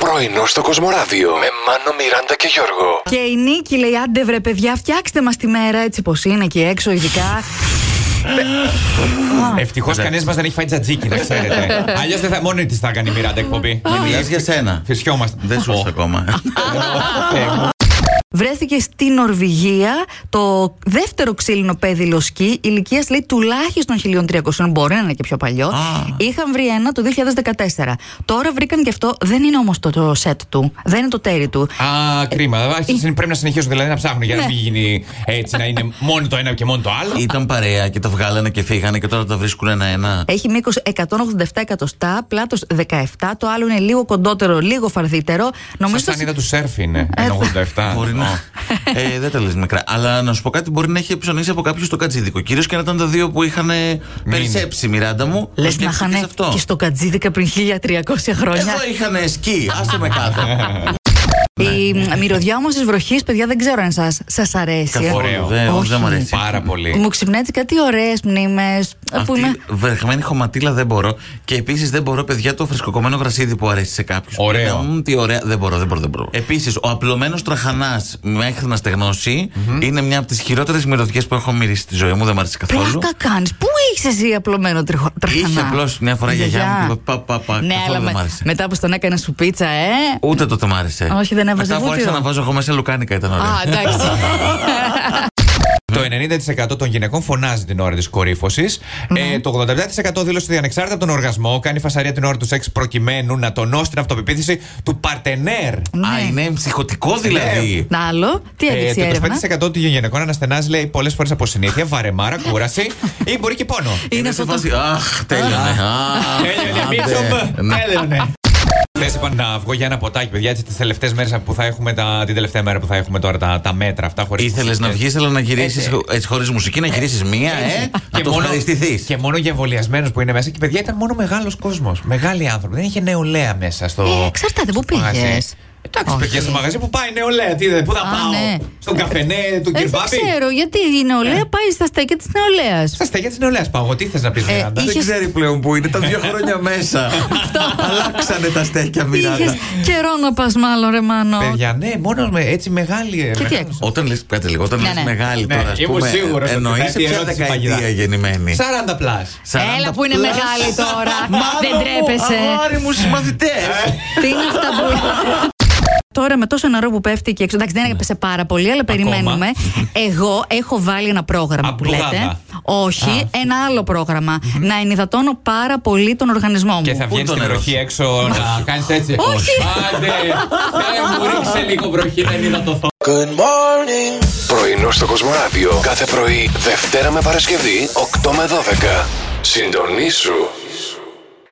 Πρωινό στο Κοσμοράδιο με Μάνο, Μιράντα και Γιώργο. Και η Νίκη λέει: Άντε βρε, παιδιά, φτιάξτε μας τη μέρα έτσι πως είναι εκεί έξω, ειδικά. Ευτυχώς κανείς μας δεν έχει φάει τζατζίκι, να ξέρετε. Αλλιώς δεν θα. Μόνο της θα έκανε η Μιράντα εκπομπή. Μιλάς Ε, για σένα. Φυσιόμαστε. Δεν σου Ω, ήρθε ακόμα. ε, Βρέθηκε στη Νορβηγία το δεύτερο ξύλινο πέδιλο σκι ηλικίας λέει τουλάχιστον 1300, μπορεί να είναι και πιο παλιό. Είχαν βρει ένα το 2014. Τώρα βρήκαν και αυτό, δεν είναι όμως το, το σετ του, δεν είναι το τέρι του. Α, κρίμα. Ας- Πρέπει να συνεχίσουν δηλαδή να ψάχνουν για να Ε, Ναι. μην γίνει έτσι, να είναι μόνο το ένα και μόνο το άλλο. Ήταν παρέα και τα βγάλανε και φύγανε και τώρα τα βρίσκουν ένα-ένα. Έχει μήκος 187 εκατοστά, πλάτος 17. Το άλλο είναι λίγο κοντότερο, λίγο φαρδύτερο. Σαν Νομίζω τα το- Ε, είδα του σερφ είναι. 1,87. Μπορεί να. Ω. Ε, δεν τα λες μικρά. Αλλά να σου πω κάτι, μπορεί να έχει ψωνίσει από κάποιου το κατζίδικο. Κυρίως και να ήταν τα δύο που είχαν περισσέψει η Μιράντα μου. Λες να Το σκέφτηκες είχαν αυτό. και στο Κατζίδικα πριν 1300 χρόνια. Εδώ είχαν σκι, άσε με κάτω. Η Ναι, μυρωδιά όμως της βροχής, παιδιά, δεν ξέρω αν σας σας αρέσει. Καθόλου, Ωραίο. δεν- Όχι. Δεν μου αρέσει. Πάρα πολύ. Μου ξυπνάει έτσι κάτι ωραίες μνήμες. Ε, Που Αυτή είναι. η βρεχμένη χωματίλα δεν μπορώ. Και επίσης δεν μπορώ, παιδιά, το φρεσκοκομμένο γρασίδι που αρέσει σε κάποιους. Ωραίο. τι ωραία. Δεν μπορώ, δεν μπορώ, δεν μπορώ. Επίσης, ο απλωμένος τραχανάς μέχρι να στεγνωσει είναι μια από τις χειρότερες μυρωδιές που έχω μυρίσει στη ζωή μου. Δεν μου αρέσει καθόλου. Πλάκα κάνεις. Πού είχε εσύ απλωμένο τριχο... τραχανά. Είχε απλώς μια φορά η γιαγιά μου και πα, πα, πα, ναι, καθόλου αλλά δεν μ' με, άρεσε. μετά που στον έκανα σου πίτσα, ε. Ούτε τότε μ' άρεσε. Όχι, δεν έβαζε Μετά που άρχισα βούτυρο. να βάζω εγώ μέσα λουκάνικα ήταν ωραία. Α, εντάξει. Το 90% των γυναικών φωνάζει την ώρα της κορυφωση Ναι. Ε, το 87% δήλωσε ότι ανεξάρτητα από τον οργασμό κάνει φασαρία την ώρα τους σεξ προκειμένου να τονώσει την αυτοπεποίθηση του παρτενέρ. Α, ναι. είναι ψυχοτικό δηλαδή. Να άλλο, τι έδειξε η Ε, το έρευνα. 25% των γυναικών αναστενάζει λέει πολλές φορές από συνήθεια, βαρεμάρα, κούραση ή μπορεί και πόνο. Είναι σε αυτό το. φάση, Αχ, τέλειωνε. Αχ, Τέλειωνε, άντε. Μίτσο, Ναι. τέλειωνε. Χθες είπα λοιπόν, να βγω για ένα ποτάκι, παιδιά, έτσι τις τελευταίες μέρες που θα έχουμε, τα, την τελευταία μέρα που θα έχουμε τώρα τα, τα μέτρα αυτά χωρίς. Ήθελες να βγεις, αλλά να γυρίσεις έτσι χωρίς μουσική, να γυρίσεις μία, ε. Να το ευχαριστηθείς. και μόνο για εμβολιασμένους που είναι μέσα. Και παιδιά ήταν μόνο μεγάλος κόσμος. Μεγάλοι άνθρωποι. Δεν είχε νεολαία μέσα στο. Ε, εξαρτάται, πού στο μαγαζί. πήγες. Εντάξει, Όχι. παιδιά, στο μαγαζί που πάει νεολαία. Τι, δεν- πού θα Α, πάω. ναι. Στον καφενέ του Ε, δεν Κυρμπάπη. ξέρω, γιατί η Ε. νεολαία πάει στα στέκια της νεολαίας. Στα στέγια της νεολαίας πάω. Εγώ τι θες να πεις, Ε, Μιράντα. είχε- Δεν ξέρει πλέον που είναι, τα δύο χρόνια μέσα. Αλλάξανε τα στέκια, Είχε Μιράντα. καιρό να πας, μάλλον, ρε Μάνο. Παιδιά, ναι, μόνος με έτσι μεγάλη. Και τι μεγάλη- έκανες. Όταν λες, κάτι λίγο, όταν Ναι, λες ναι. μεγάλη Ναι, τώρα, ας ήμουν πούμε. σίγουρος ότι θα Εννοεί έρθει η ποια ερώτηση δεκαετία παγιδά. γεννημένη. 40 πλάσ. 40 Έλα που είναι plus. μεγάλη τώρα. Δεν Ναι. τρέπεσαι. Μάνο μου, Αγόρι μου, συμμαθητές. Ε, Τι είναι αυτά που. Τώρα με τόσο νερό που πέφτει και έξω. Εντάξει, δεν έπεσε πάρα πολύ, αλλά περιμένουμε. Εγώ έχω βάλει ένα πρόγραμμα που Απλογάδα. λέτε. Όχι, ένα άλλο πρόγραμμα. Να ενυδατώνω πάρα πολύ τον οργανισμό μου. Και θα Πού βγαίνει το στην νερό βροχή σου? έξω να κάνεις έτσι. Όχι. Άντε, δεν μου ρίξε λίγο βροχή, δεν είδα το Πρωινό στο Κοσμοράδιο κάθε πρωί, Δευτέρα με Παρασκευή, 8 με 12. Συντονίσου.